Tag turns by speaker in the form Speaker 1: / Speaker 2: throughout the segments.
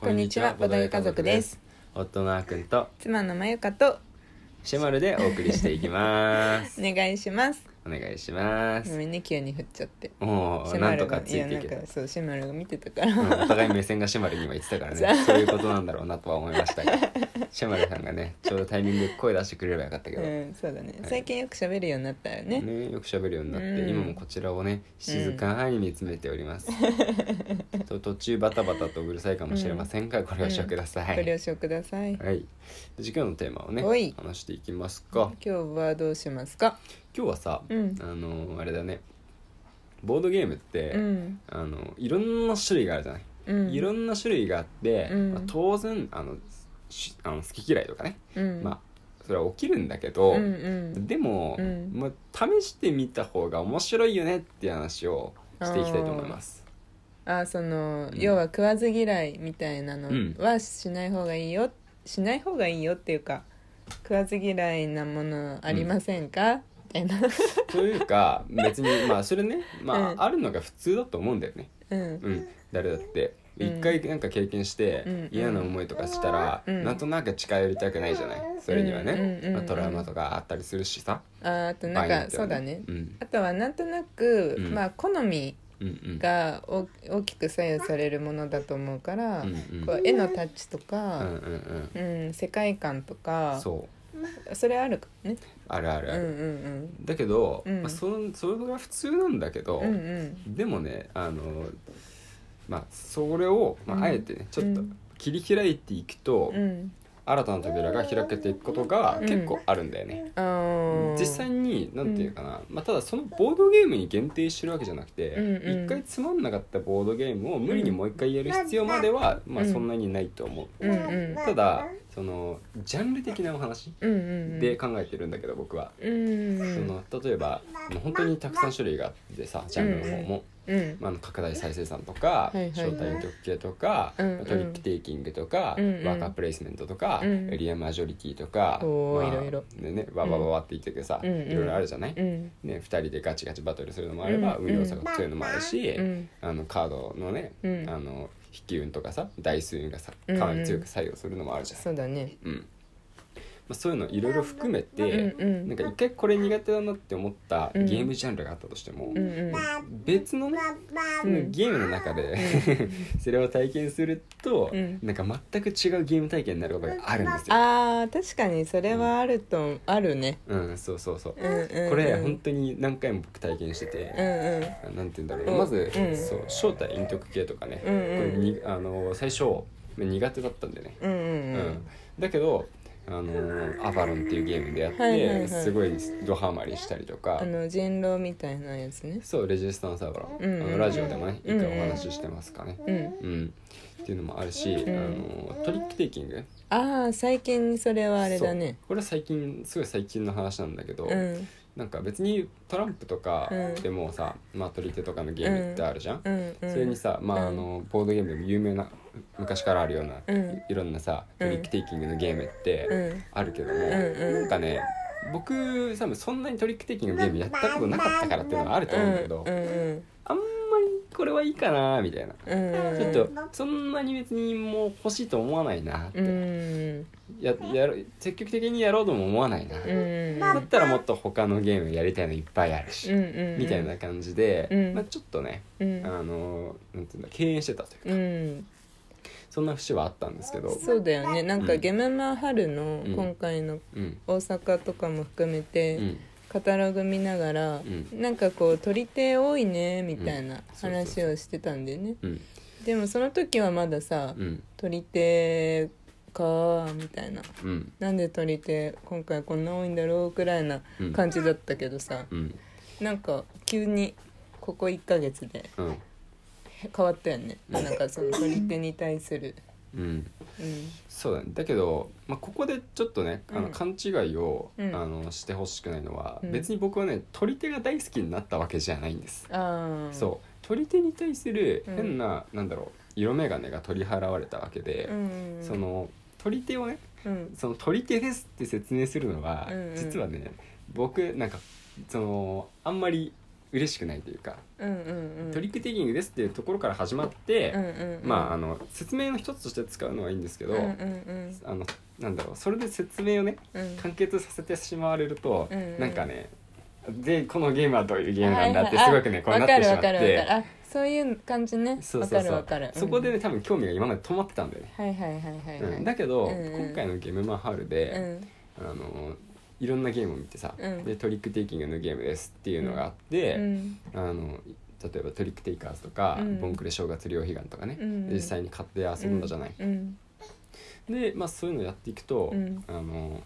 Speaker 1: こんにちはボドゲ家族です
Speaker 2: 夫のあーくんと
Speaker 1: 妻のまゆかと
Speaker 2: シェマルでお送りしていきます
Speaker 1: お願いします
Speaker 2: お願いしま
Speaker 1: ご
Speaker 2: す
Speaker 1: めんね急に振っちゃって
Speaker 2: もうなんとかついていけ
Speaker 1: や
Speaker 2: た
Speaker 1: なんかそうシェマルが見てたから、
Speaker 2: うんお互い目線がシェマルには言ってたから ねそういうことなんだろうなとは思いましたがシェマルさんがねちょうどタイミングで声出してくれればよかったけど、
Speaker 1: うんそうだね、
Speaker 2: はい
Speaker 1: 最近よく喋るようになったよね
Speaker 2: ね、よく喋るようになって、
Speaker 1: うん
Speaker 2: 今もこちらをね静かに見つめております、 と途中バタバタとうるさいかもしれませんが、ご了承ください、
Speaker 1: ご了承ください、
Speaker 2: はいで今日のテーマを
Speaker 1: おい
Speaker 2: ね話していきますか
Speaker 1: 今日はどうしますか
Speaker 2: 今日はさ、
Speaker 1: うん
Speaker 2: あのあれだねボードゲームって、
Speaker 1: うん
Speaker 2: あのいろんな種類があるじゃない、
Speaker 1: うん
Speaker 2: いろんな種類があって、
Speaker 1: うん
Speaker 2: まあ当然あのしあの好き嫌いとかね、
Speaker 1: うん
Speaker 2: まあそれは起きるんだけど、
Speaker 1: うんうん
Speaker 2: でも、
Speaker 1: うん
Speaker 2: まあ、試してみた方が面白いよねっていう話をしていきたいと思います。
Speaker 1: あその、
Speaker 2: うん
Speaker 1: 要は食わず嫌いみたいなの
Speaker 2: うん
Speaker 1: はしない方がいいよ、しない方がいいよっていうか食わず嫌いなものありませんか、みたいな
Speaker 2: というか別にまあそれね、まあ
Speaker 1: うん
Speaker 2: あるのが普通だと思うんだよね。
Speaker 1: うん
Speaker 2: うん、誰だって
Speaker 1: うん
Speaker 2: 一回なんか経験して
Speaker 1: うん
Speaker 2: 嫌な思いとかしたら、
Speaker 1: うん
Speaker 2: なんとなく近寄りたくないじゃないそれにはね、
Speaker 1: うんうん
Speaker 2: まあ、トラウマとかあったりするしさ
Speaker 1: ああとなん
Speaker 2: 場合によ
Speaker 1: か
Speaker 2: って
Speaker 1: そ
Speaker 2: は
Speaker 1: うだね
Speaker 2: うん
Speaker 1: あとはなんとなく、
Speaker 2: うん
Speaker 1: まあ好み
Speaker 2: うんうん
Speaker 1: がお大きく左右されるものだと思うから、
Speaker 2: うんうん
Speaker 1: こう絵のタッチと
Speaker 2: うん
Speaker 1: か、
Speaker 2: うん
Speaker 1: うん世界観と
Speaker 2: うん
Speaker 1: か
Speaker 2: そう
Speaker 1: それあるかね
Speaker 2: あるあ
Speaker 1: う
Speaker 2: る
Speaker 1: ん
Speaker 2: あ
Speaker 1: う
Speaker 2: る、
Speaker 1: ん
Speaker 2: だけど、
Speaker 1: うん
Speaker 2: まあ、そのそれが普通なんだけど、
Speaker 1: うんうんうん
Speaker 2: でもねあのまあそれを、ま
Speaker 1: うん
Speaker 2: あ、あえてねちょっと
Speaker 1: うん
Speaker 2: 切り開いていくと、
Speaker 1: うん
Speaker 2: 新たな扉が開けていくことが
Speaker 1: うん
Speaker 2: 結構あるんだよね、
Speaker 1: あー
Speaker 2: 実際に何て言うかな、まあ、ただそのボードゲームに限定してるわけじゃなくて一、
Speaker 1: うんうん
Speaker 2: 回つまんなかったボードゲームを無理にもう一回やる必要までは、まあ、そんなにないと思う、
Speaker 1: うんうん
Speaker 2: ただそのジャンル的なお話
Speaker 1: うんうんうん
Speaker 2: で考えてるんだけど僕は、
Speaker 1: うんう
Speaker 2: そ
Speaker 1: ん
Speaker 2: の例えばもう本当にたくさん種類があってさジャンルの方も、
Speaker 1: うん
Speaker 2: まああの、拡大再生産とか、
Speaker 1: はいはい
Speaker 2: 招待特系とか、
Speaker 1: うんうん
Speaker 2: トリックテイキングとか、
Speaker 1: うんうん
Speaker 2: ワーカープレイスメントとか、
Speaker 1: うん
Speaker 2: エリアマジョリティとか、
Speaker 1: おー
Speaker 2: まあ、
Speaker 1: いろいろ
Speaker 2: でねわわわわって言っててさ、
Speaker 1: うんうん
Speaker 2: いろいろあるじゃない、
Speaker 1: うん
Speaker 2: ね、2人でガチガチバトルするのもあれば、
Speaker 1: うん
Speaker 2: 運用差が強いのもあるし、
Speaker 1: うん
Speaker 2: あのカードのね、
Speaker 1: うん
Speaker 2: あの引き運とかさ台数運がさ
Speaker 1: うんうん
Speaker 2: かなり強く作用するのもあるじゃない、
Speaker 1: そうだね
Speaker 2: うんまあ、そういうのいろいろ含めて、
Speaker 1: うんうん
Speaker 2: なんか一回これ苦手だなって思ったゲ
Speaker 1: うん
Speaker 2: ームジャンルがあったとしても、
Speaker 1: うんうん
Speaker 2: 別のね、
Speaker 1: うん
Speaker 2: ゲームの中で それを体験すると、
Speaker 1: うん
Speaker 2: なんか全く違うゲーム体験になることがあるんですよ。
Speaker 1: あー確かにそれはあるとあるね
Speaker 2: うん、そうそうそう、
Speaker 1: うんうんうん
Speaker 2: これ本当に何回も僕体験してて、
Speaker 1: うんうん
Speaker 2: なんて言うんだろう、
Speaker 1: うん
Speaker 2: まず、
Speaker 1: うん
Speaker 2: そう正体陰徳系とかね、
Speaker 1: うんうん
Speaker 2: これにあの最初苦手だったんでね、
Speaker 1: うん
Speaker 2: うん
Speaker 1: うん
Speaker 2: だけどあのアバロンっていうゲームでやって、
Speaker 1: はいはいはい
Speaker 2: すごいドハマりしたりとか、
Speaker 1: あの人狼みたいなやつね
Speaker 2: そうレジスタンスアバロン、
Speaker 1: うんうん
Speaker 2: あのラジオでもね一
Speaker 1: うんうん
Speaker 2: 回お話ししてますかね、
Speaker 1: うん
Speaker 2: うんっていうのもあるし、
Speaker 1: ん
Speaker 2: あのトリックテイキング
Speaker 1: ああ最近それはあれだね
Speaker 2: そうこれは最近すごい最近の話なんだけど、
Speaker 1: うん
Speaker 2: なんか別にトランプとか
Speaker 1: うん
Speaker 2: でもさ、まあ、取り手とかのゲームってあるじゃん、
Speaker 1: うんうん
Speaker 2: それにさ、まあ、あ
Speaker 1: うん
Speaker 2: のボードゲームでも有名な昔からあるような、
Speaker 1: うん
Speaker 2: いろんなさ
Speaker 1: う
Speaker 2: ト
Speaker 1: ん
Speaker 2: リックテイキングのゲームっ
Speaker 1: う
Speaker 2: て
Speaker 1: ん
Speaker 2: あるけども、
Speaker 1: んうん
Speaker 2: なんかね僕多分そんなにトリックテイキングのゲームやったことなかったからっていうのはあると思うんだけど、
Speaker 1: うんうん
Speaker 2: あんまりこれはいいかなみたいな、
Speaker 1: うんうん
Speaker 2: ちょっとそんなに別にもう欲しいと思わないなって、
Speaker 1: うんうん
Speaker 2: ややる積極的にやろうとも思わないな、
Speaker 1: うんうん
Speaker 2: だったらもっと他のゲームやりたいのいっぱいあるし、
Speaker 1: うんうん
Speaker 2: みたいな感じで、
Speaker 1: うん
Speaker 2: まあ、ちょっとね、
Speaker 1: うん
Speaker 2: あのなんていうんだ敬遠してたというか。
Speaker 1: うん
Speaker 2: そんな節はあったんですけど、
Speaker 1: そうだよねなんか
Speaker 2: うん
Speaker 1: ゲムマ春の
Speaker 2: うん
Speaker 1: 今回の
Speaker 2: うん、
Speaker 1: 大阪とかも含め
Speaker 2: う
Speaker 1: て、
Speaker 2: ん、
Speaker 1: カタログ見ながら、
Speaker 2: ん
Speaker 1: なんかこう取り手多いねみたい
Speaker 2: うん
Speaker 1: な
Speaker 2: そうそう
Speaker 1: 話をしてたんだよね、
Speaker 2: うん、
Speaker 1: でもその時はまださ、
Speaker 2: うん、
Speaker 1: 取り手かみたいな
Speaker 2: うん、
Speaker 1: なんで取り手今回こんな多いんだろうくらいな
Speaker 2: うん
Speaker 1: 感じだったけどさ、
Speaker 2: うん、
Speaker 1: なんか急にここ1ヶ月で
Speaker 2: うん、
Speaker 1: 変わったよね、なんかその取り手に対する
Speaker 2: うん、
Speaker 1: うん
Speaker 2: そうだね。だけど、まあここでちょっとね、あ
Speaker 1: う
Speaker 2: の
Speaker 1: ん
Speaker 2: 勘違いを、
Speaker 1: うん
Speaker 2: あのしてほしくないのは、
Speaker 1: うん
Speaker 2: 別に僕はね、取り手が大好きになったわけじゃないんです。
Speaker 1: ああ
Speaker 2: そう、取り手に対する
Speaker 1: うん
Speaker 2: 変な、なんだろう、色眼鏡が取り払われたわけで、
Speaker 1: うんうん
Speaker 2: その取り手をね、
Speaker 1: うん
Speaker 2: その取り手ですって説明するのは、
Speaker 1: うんうん
Speaker 2: 実はね僕なんかそのあんまり嬉しくないというか、
Speaker 1: うんうんうん
Speaker 2: トリックテイキングですっていうところから始まって、
Speaker 1: うんうんうん
Speaker 2: まああの説明の一つとして使うのはいいんですけど、
Speaker 1: うんうんうん
Speaker 2: あのなんだろうそれで説明をね
Speaker 1: うん
Speaker 2: 完結させてしまわれると、
Speaker 1: うんうん
Speaker 2: なんかねでこのゲームはどういうゲームなんだって
Speaker 1: はい
Speaker 2: す
Speaker 1: は
Speaker 2: ご
Speaker 1: い
Speaker 2: くね、
Speaker 1: あ
Speaker 2: こうなってしまっ
Speaker 1: わかるわかる
Speaker 2: て
Speaker 1: わかるあそういう感じね
Speaker 2: そう
Speaker 1: わ
Speaker 2: そ
Speaker 1: か
Speaker 2: うそ
Speaker 1: る
Speaker 2: う
Speaker 1: わかる
Speaker 2: そこで
Speaker 1: うん
Speaker 2: ね多分興味が今まで止まってたんだよね、
Speaker 1: はいはいはいはいはい
Speaker 2: うん、だけど、
Speaker 1: うんうん
Speaker 2: 今回の「ゲームマンハウル
Speaker 1: う
Speaker 2: で」
Speaker 1: ん
Speaker 2: あのいろんなゲームを見てさ、
Speaker 1: うん
Speaker 2: でトリックテイキングのゲームですっていうのがあって、
Speaker 1: うん
Speaker 2: あの例えばトリックテイカーズとか、
Speaker 1: うん
Speaker 2: ボンクレ正月両悲願とかね、
Speaker 1: うん
Speaker 2: 実際に買って遊んだじゃない、
Speaker 1: うん
Speaker 2: で、まあ、そういうのやっていくと、
Speaker 1: うん
Speaker 2: あの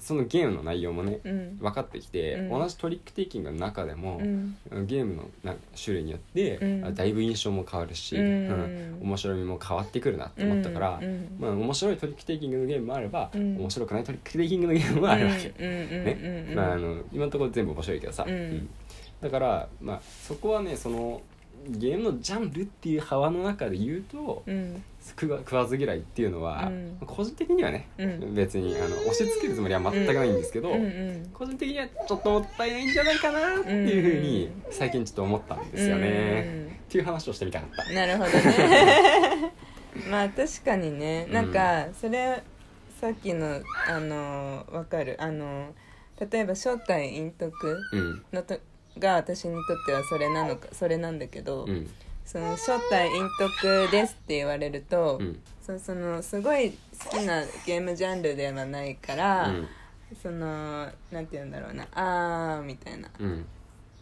Speaker 2: そのゲームの内容もね
Speaker 1: うん
Speaker 2: 分かってきて、
Speaker 1: うん
Speaker 2: 同じトリックテイキングの中でも
Speaker 1: う、ん
Speaker 2: ゲームのなんか種類によって、
Speaker 1: うん
Speaker 2: あだいぶ印象も変わるし、
Speaker 1: うん
Speaker 2: うん面白みも変わってくるなって思ったから、
Speaker 1: うん
Speaker 2: まあ、面白いトリックテイキングのゲームもあれば、
Speaker 1: うん
Speaker 2: 面白くないトリックテイキングのゲームもあるわけ。
Speaker 1: うんうんうん
Speaker 2: ね
Speaker 1: うんうん
Speaker 2: まあ、あの今のところ全部面白いけどさ、
Speaker 1: うん
Speaker 2: だから、まあ、そこはねそのゲームのジャンルっていう幅の中で言うと、
Speaker 1: うん
Speaker 2: 食わ食わず嫌いっていうのは、
Speaker 1: うん
Speaker 2: 個人的にはね、
Speaker 1: うん
Speaker 2: 別にあの押し付けるつもりは全くないんですけど、
Speaker 1: うんうん
Speaker 2: 個人的にはちょっともったいないんじゃないかなっていうふうに最近ちょっと思ったんですよね。っていう話をしてみたかった。
Speaker 1: うんなるほどね まあ確かにねなんかそれさっきのあのわかるあの例えば正体陰徳
Speaker 2: うん
Speaker 1: のとが私にとってはそれなのかそれなんだけど、
Speaker 2: うん
Speaker 1: その正体陰徳ですって言われると、
Speaker 2: うん
Speaker 1: そそのすごい好きなゲームジャンルではないか
Speaker 2: う
Speaker 1: ら、
Speaker 2: ん
Speaker 1: そのなんて言うんだろうなあーみたいな
Speaker 2: うん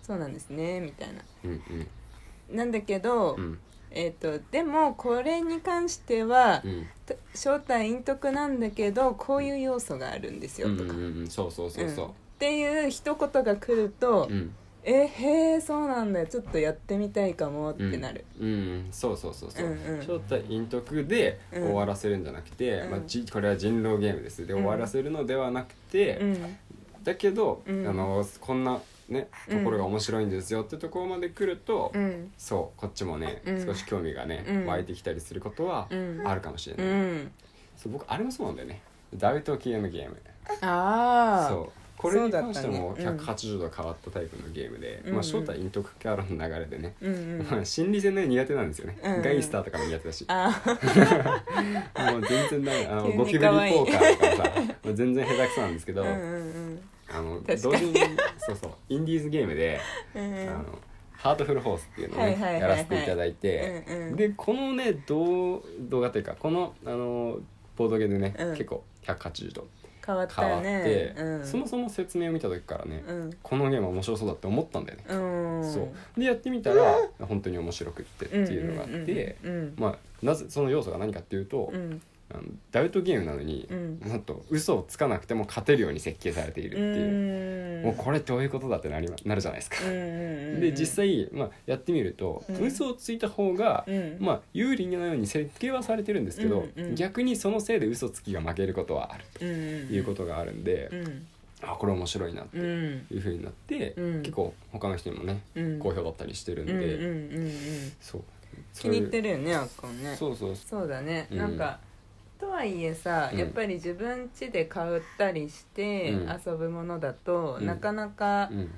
Speaker 1: そうなんですねみたいな
Speaker 2: うん
Speaker 1: なんだけど、
Speaker 2: うん
Speaker 1: えっ、とでもこれに関しては、
Speaker 2: うん
Speaker 1: と正体陰徳なんだけどこういう要素があるんですよ
Speaker 2: う
Speaker 1: と
Speaker 2: ん
Speaker 1: か、
Speaker 2: うんうんうんそうそうそう
Speaker 1: うんっ
Speaker 2: そ
Speaker 1: ていう一言が来ると、
Speaker 2: う。うん
Speaker 1: えへえそうなんだちょっとやってみたいかもってなる、
Speaker 2: うん、うんそうそうそうそう、
Speaker 1: うんうん
Speaker 2: 正体陰徳で
Speaker 1: う
Speaker 2: 終
Speaker 1: ん
Speaker 2: わらせるんじゃなくて、
Speaker 1: うん
Speaker 2: まあ、じこれは人狼ゲームですで
Speaker 1: うん
Speaker 2: 終わらせるのではなくて、
Speaker 1: うん
Speaker 2: だけど、
Speaker 1: うん
Speaker 2: あのこんなね
Speaker 1: うん
Speaker 2: ところが面白いんですよってところまで来ると、
Speaker 1: うん
Speaker 2: そうこっちもね、
Speaker 1: うん
Speaker 2: 少し興味がね、
Speaker 1: うん
Speaker 2: 湧いてきたりすることは
Speaker 1: うん
Speaker 2: あるかもしれ
Speaker 1: う
Speaker 2: ない、
Speaker 1: ん
Speaker 2: そう僕あれもそうなんだよねダウト系のゲーム
Speaker 1: ああ
Speaker 2: そうこれに関して
Speaker 1: そうだ
Speaker 2: も
Speaker 1: ったねうん
Speaker 2: 180度変わったタイプのゲームで、
Speaker 1: うんうん
Speaker 2: まあ、正体陰徳からの流れでね、
Speaker 1: うんう ん
Speaker 2: 心理戦ね苦手なんですよね、
Speaker 1: うん
Speaker 2: ガイスターとかも苦手だし
Speaker 1: あー
Speaker 2: もう全然ダメあの
Speaker 1: 急
Speaker 2: ゴキブ
Speaker 1: に
Speaker 2: リ
Speaker 1: 可
Speaker 2: ポ
Speaker 1: 愛い
Speaker 2: ーカーとかさもう全然下手くそなんですけど、
Speaker 1: うんうん
Speaker 2: あの
Speaker 1: 確か
Speaker 2: 同
Speaker 1: に
Speaker 2: 時にそうそうインディーズゲームで、
Speaker 1: うんうんう
Speaker 2: あ
Speaker 1: ん
Speaker 2: のハートフルホースっていうのをね、
Speaker 1: はいはいはいはい
Speaker 2: やらせていただいて、
Speaker 1: うんうん
Speaker 2: でこのね動動画というかこのあのボードゲームでね、
Speaker 1: うん
Speaker 2: 結構180度
Speaker 1: 変わっ
Speaker 2: 変
Speaker 1: た
Speaker 2: わっ
Speaker 1: よ
Speaker 2: て、
Speaker 1: ねうん
Speaker 2: そもそも説明を見た時からね、
Speaker 1: うん
Speaker 2: このゲーム面白そうだって思ったんだよね、
Speaker 1: うん
Speaker 2: そうでやってみたら本当に面白くってっていうのがあって、
Speaker 1: うんうんうん
Speaker 2: まあ、なぜその要素が何かっていうと、
Speaker 1: うん
Speaker 2: あのダウトゲームなのに、
Speaker 1: うん
Speaker 2: なんと嘘をつかなくても勝てるように設計されているっていう、
Speaker 1: うん
Speaker 2: もうこれどういうことだってなりまなるじゃないですか。
Speaker 1: うんうんうん
Speaker 2: で実際、まあ、やってみると、
Speaker 1: うん
Speaker 2: 嘘をついた方が、
Speaker 1: うん
Speaker 2: まあ、有利なように設計はされてるんですけど、
Speaker 1: うんうん
Speaker 2: 逆にそのせいで嘘つきが負けることはあると
Speaker 1: うん
Speaker 2: いうことがあるんで、
Speaker 1: うん
Speaker 2: あこれ面白いなって
Speaker 1: うんうん
Speaker 2: いうふうになって、
Speaker 1: うん
Speaker 2: 結構他の人にもね
Speaker 1: うん
Speaker 2: 好評だったりしてるん
Speaker 1: う
Speaker 2: で、
Speaker 1: んうんうんうん
Speaker 2: そう
Speaker 1: 気に入って
Speaker 2: る
Speaker 1: るよねあっこね
Speaker 2: そうそうそ
Speaker 1: そうだね、
Speaker 2: うん
Speaker 1: なんかとはいえさ、
Speaker 2: うん
Speaker 1: やっぱり自分家で買ったりして
Speaker 2: うん
Speaker 1: 遊ぶものだと、
Speaker 2: うん
Speaker 1: なかなか
Speaker 2: ううん、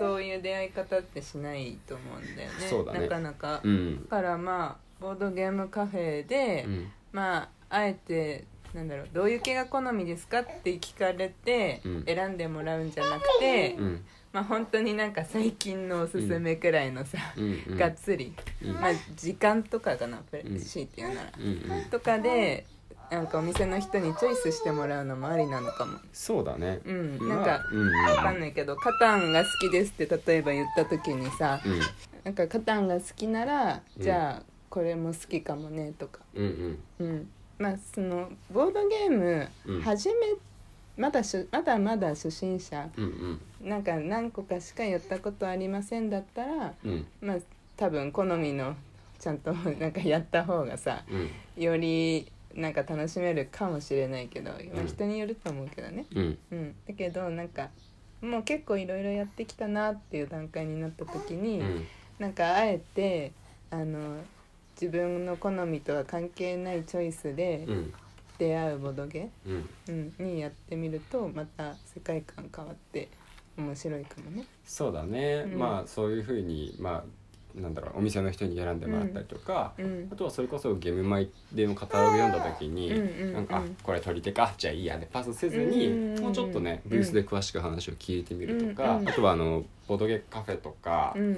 Speaker 1: そういう出会い方ってしないと思うんだよね
Speaker 2: そうだね
Speaker 1: なかなか、
Speaker 2: う
Speaker 1: だ
Speaker 2: ん
Speaker 1: からまあボードゲームカフェで、
Speaker 2: うん
Speaker 1: まああえてなんだろうどういう系が好みですかって聞かれて、
Speaker 2: うん
Speaker 1: 選んでもらうんじゃなくて、
Speaker 2: うん
Speaker 1: まあ本当になんか最近のおすすめくらいのさ、
Speaker 2: うんうん
Speaker 1: がっつり、
Speaker 2: うん
Speaker 1: まあ時間とかかなプレ
Speaker 2: うん
Speaker 1: シーっていうなら、
Speaker 2: うんうん
Speaker 1: とかでなんかお店の人にチョイスしてもらうのもありなのかも
Speaker 2: そうだね
Speaker 1: うん
Speaker 2: まあ
Speaker 1: なんか
Speaker 2: うんうん
Speaker 1: わかんないけど「カタンが好きです」って例えば言った時にさ
Speaker 2: うん
Speaker 1: なんか「カタンが好きなら
Speaker 2: うん
Speaker 1: じゃあこれも好きかもね」とか
Speaker 2: うん
Speaker 1: うんまあそのボードゲー
Speaker 2: うん
Speaker 1: ム初めまだしゅまだまだ初心者
Speaker 2: うんうん
Speaker 1: なんか何個かしかやったことありませんだったら
Speaker 2: うん
Speaker 1: まあ多分好みのちゃんと なんかやった方がさ
Speaker 2: うん
Speaker 1: よりなんか楽しめるかもしれないけど、まあ
Speaker 2: うん
Speaker 1: 人によると思うけどね、
Speaker 2: うん
Speaker 1: うん、だけどなんかもう結構いろいろやってきたなっていう段階になった時に、
Speaker 2: うん
Speaker 1: なんかあえてあの自分の好みとは関係ないチョイスで
Speaker 2: うん
Speaker 1: 出会うボドゲ、
Speaker 2: うん
Speaker 1: うん、にやってみるとまた世界観変わって面白いかもね
Speaker 2: そうだね、
Speaker 1: うん
Speaker 2: まあそういうふうにまあなんだろうお店の人に選んでもらったりとか、
Speaker 1: うん
Speaker 2: あとはそれこそゲームマイでのカタログ読んだ時に、
Speaker 1: うんうんうん
Speaker 2: なんかあこれ取り手かじゃあいいやでパスせずに、
Speaker 1: うんうんうん
Speaker 2: もうちょっとねブースで詳しく話を聞いてみるとか、
Speaker 1: うんうん
Speaker 2: あとはあのボードゲームカフェとか
Speaker 1: う
Speaker 2: 行
Speaker 1: ん
Speaker 2: っ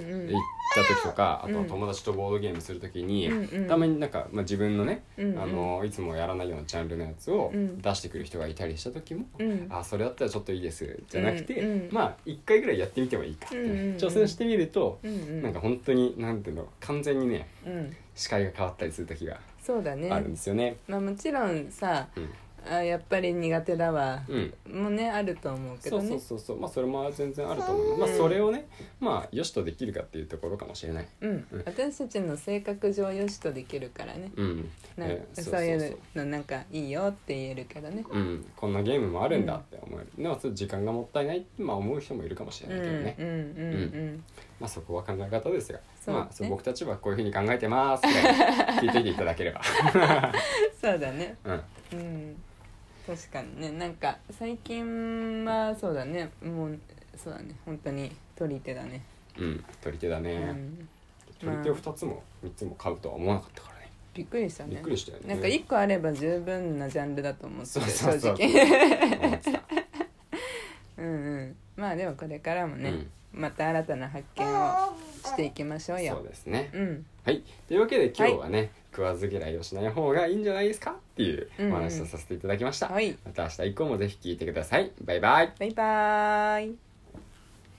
Speaker 2: た時とか、
Speaker 1: うん
Speaker 2: あとは友達とボードゲームする時に、
Speaker 1: うんうん
Speaker 2: たまになんか、まあ、自分のね、
Speaker 1: うんうん
Speaker 2: あのいつもやらないようなジャンルのやつを
Speaker 1: うん
Speaker 2: 出してくる人がいたりした時も、
Speaker 1: うん
Speaker 2: あそれだったらちょっといいですじゃなくて、
Speaker 1: うんうん
Speaker 2: まあ一回ぐらいやってみてもいいかって、
Speaker 1: うんうんうん
Speaker 2: 挑戦してみると、
Speaker 1: うんうん
Speaker 2: なんか本当になんていうの完全にね
Speaker 1: うん
Speaker 2: 視界が変わったりする時が
Speaker 1: そうだね
Speaker 2: あるんですよね。
Speaker 1: まあもちろんさ
Speaker 2: うん
Speaker 1: あやっぱり苦手だわ
Speaker 2: うん
Speaker 1: もうねあると思うけ
Speaker 2: そ
Speaker 1: ど
Speaker 2: うそ
Speaker 1: ね
Speaker 2: うそうそうまあそれも全然あると思う、まあそれをねまあよしとできるかっていうところかもしれない
Speaker 1: うん
Speaker 2: うん
Speaker 1: 私たちの性格上よしとできるからね
Speaker 2: うん、
Speaker 1: なん
Speaker 2: えー
Speaker 1: そういうのなんかいいよって言えるけどね
Speaker 2: うん、こんなゲームもあるんだって思える、でもそれ時間がもったいないって、まあ、思う人もいるかもしれ
Speaker 1: うん
Speaker 2: な
Speaker 1: う
Speaker 2: い
Speaker 1: ん
Speaker 2: けどね、
Speaker 1: うんうん
Speaker 2: まあそこは考え方ですが、
Speaker 1: そう
Speaker 2: まあそう
Speaker 1: ね
Speaker 2: 僕たちはこういうふうに考えてますぐらい聞いていていただければ
Speaker 1: そうだね
Speaker 2: うん
Speaker 1: うん確かにねなんか最近はそうだねもうそうだね本当に取り手だね、
Speaker 2: うん取り手だ
Speaker 1: う
Speaker 2: ね、
Speaker 1: ん、
Speaker 2: 取り手を2つも3つも買うとは思わなかったからね
Speaker 1: びっくりしたね
Speaker 2: びっくりしたよね
Speaker 1: なんか1個あれば十分なジャンルだと思って
Speaker 2: そう
Speaker 1: る
Speaker 2: そう
Speaker 1: 正
Speaker 2: そう
Speaker 1: 直
Speaker 2: 思ってた
Speaker 1: うんうんまあでもこれからもね、また新たな発見をしていきましょう
Speaker 2: そう
Speaker 1: よ
Speaker 2: ですね、
Speaker 1: うん
Speaker 2: はいというわけで今日はね、食わず嫌いをしない方がいいんじゃないですかっていう
Speaker 1: うんうん
Speaker 2: お話をさせていただきました、
Speaker 1: はい
Speaker 2: また明日以降もぜひ聞いてくださいバイバイ
Speaker 1: バイバーイ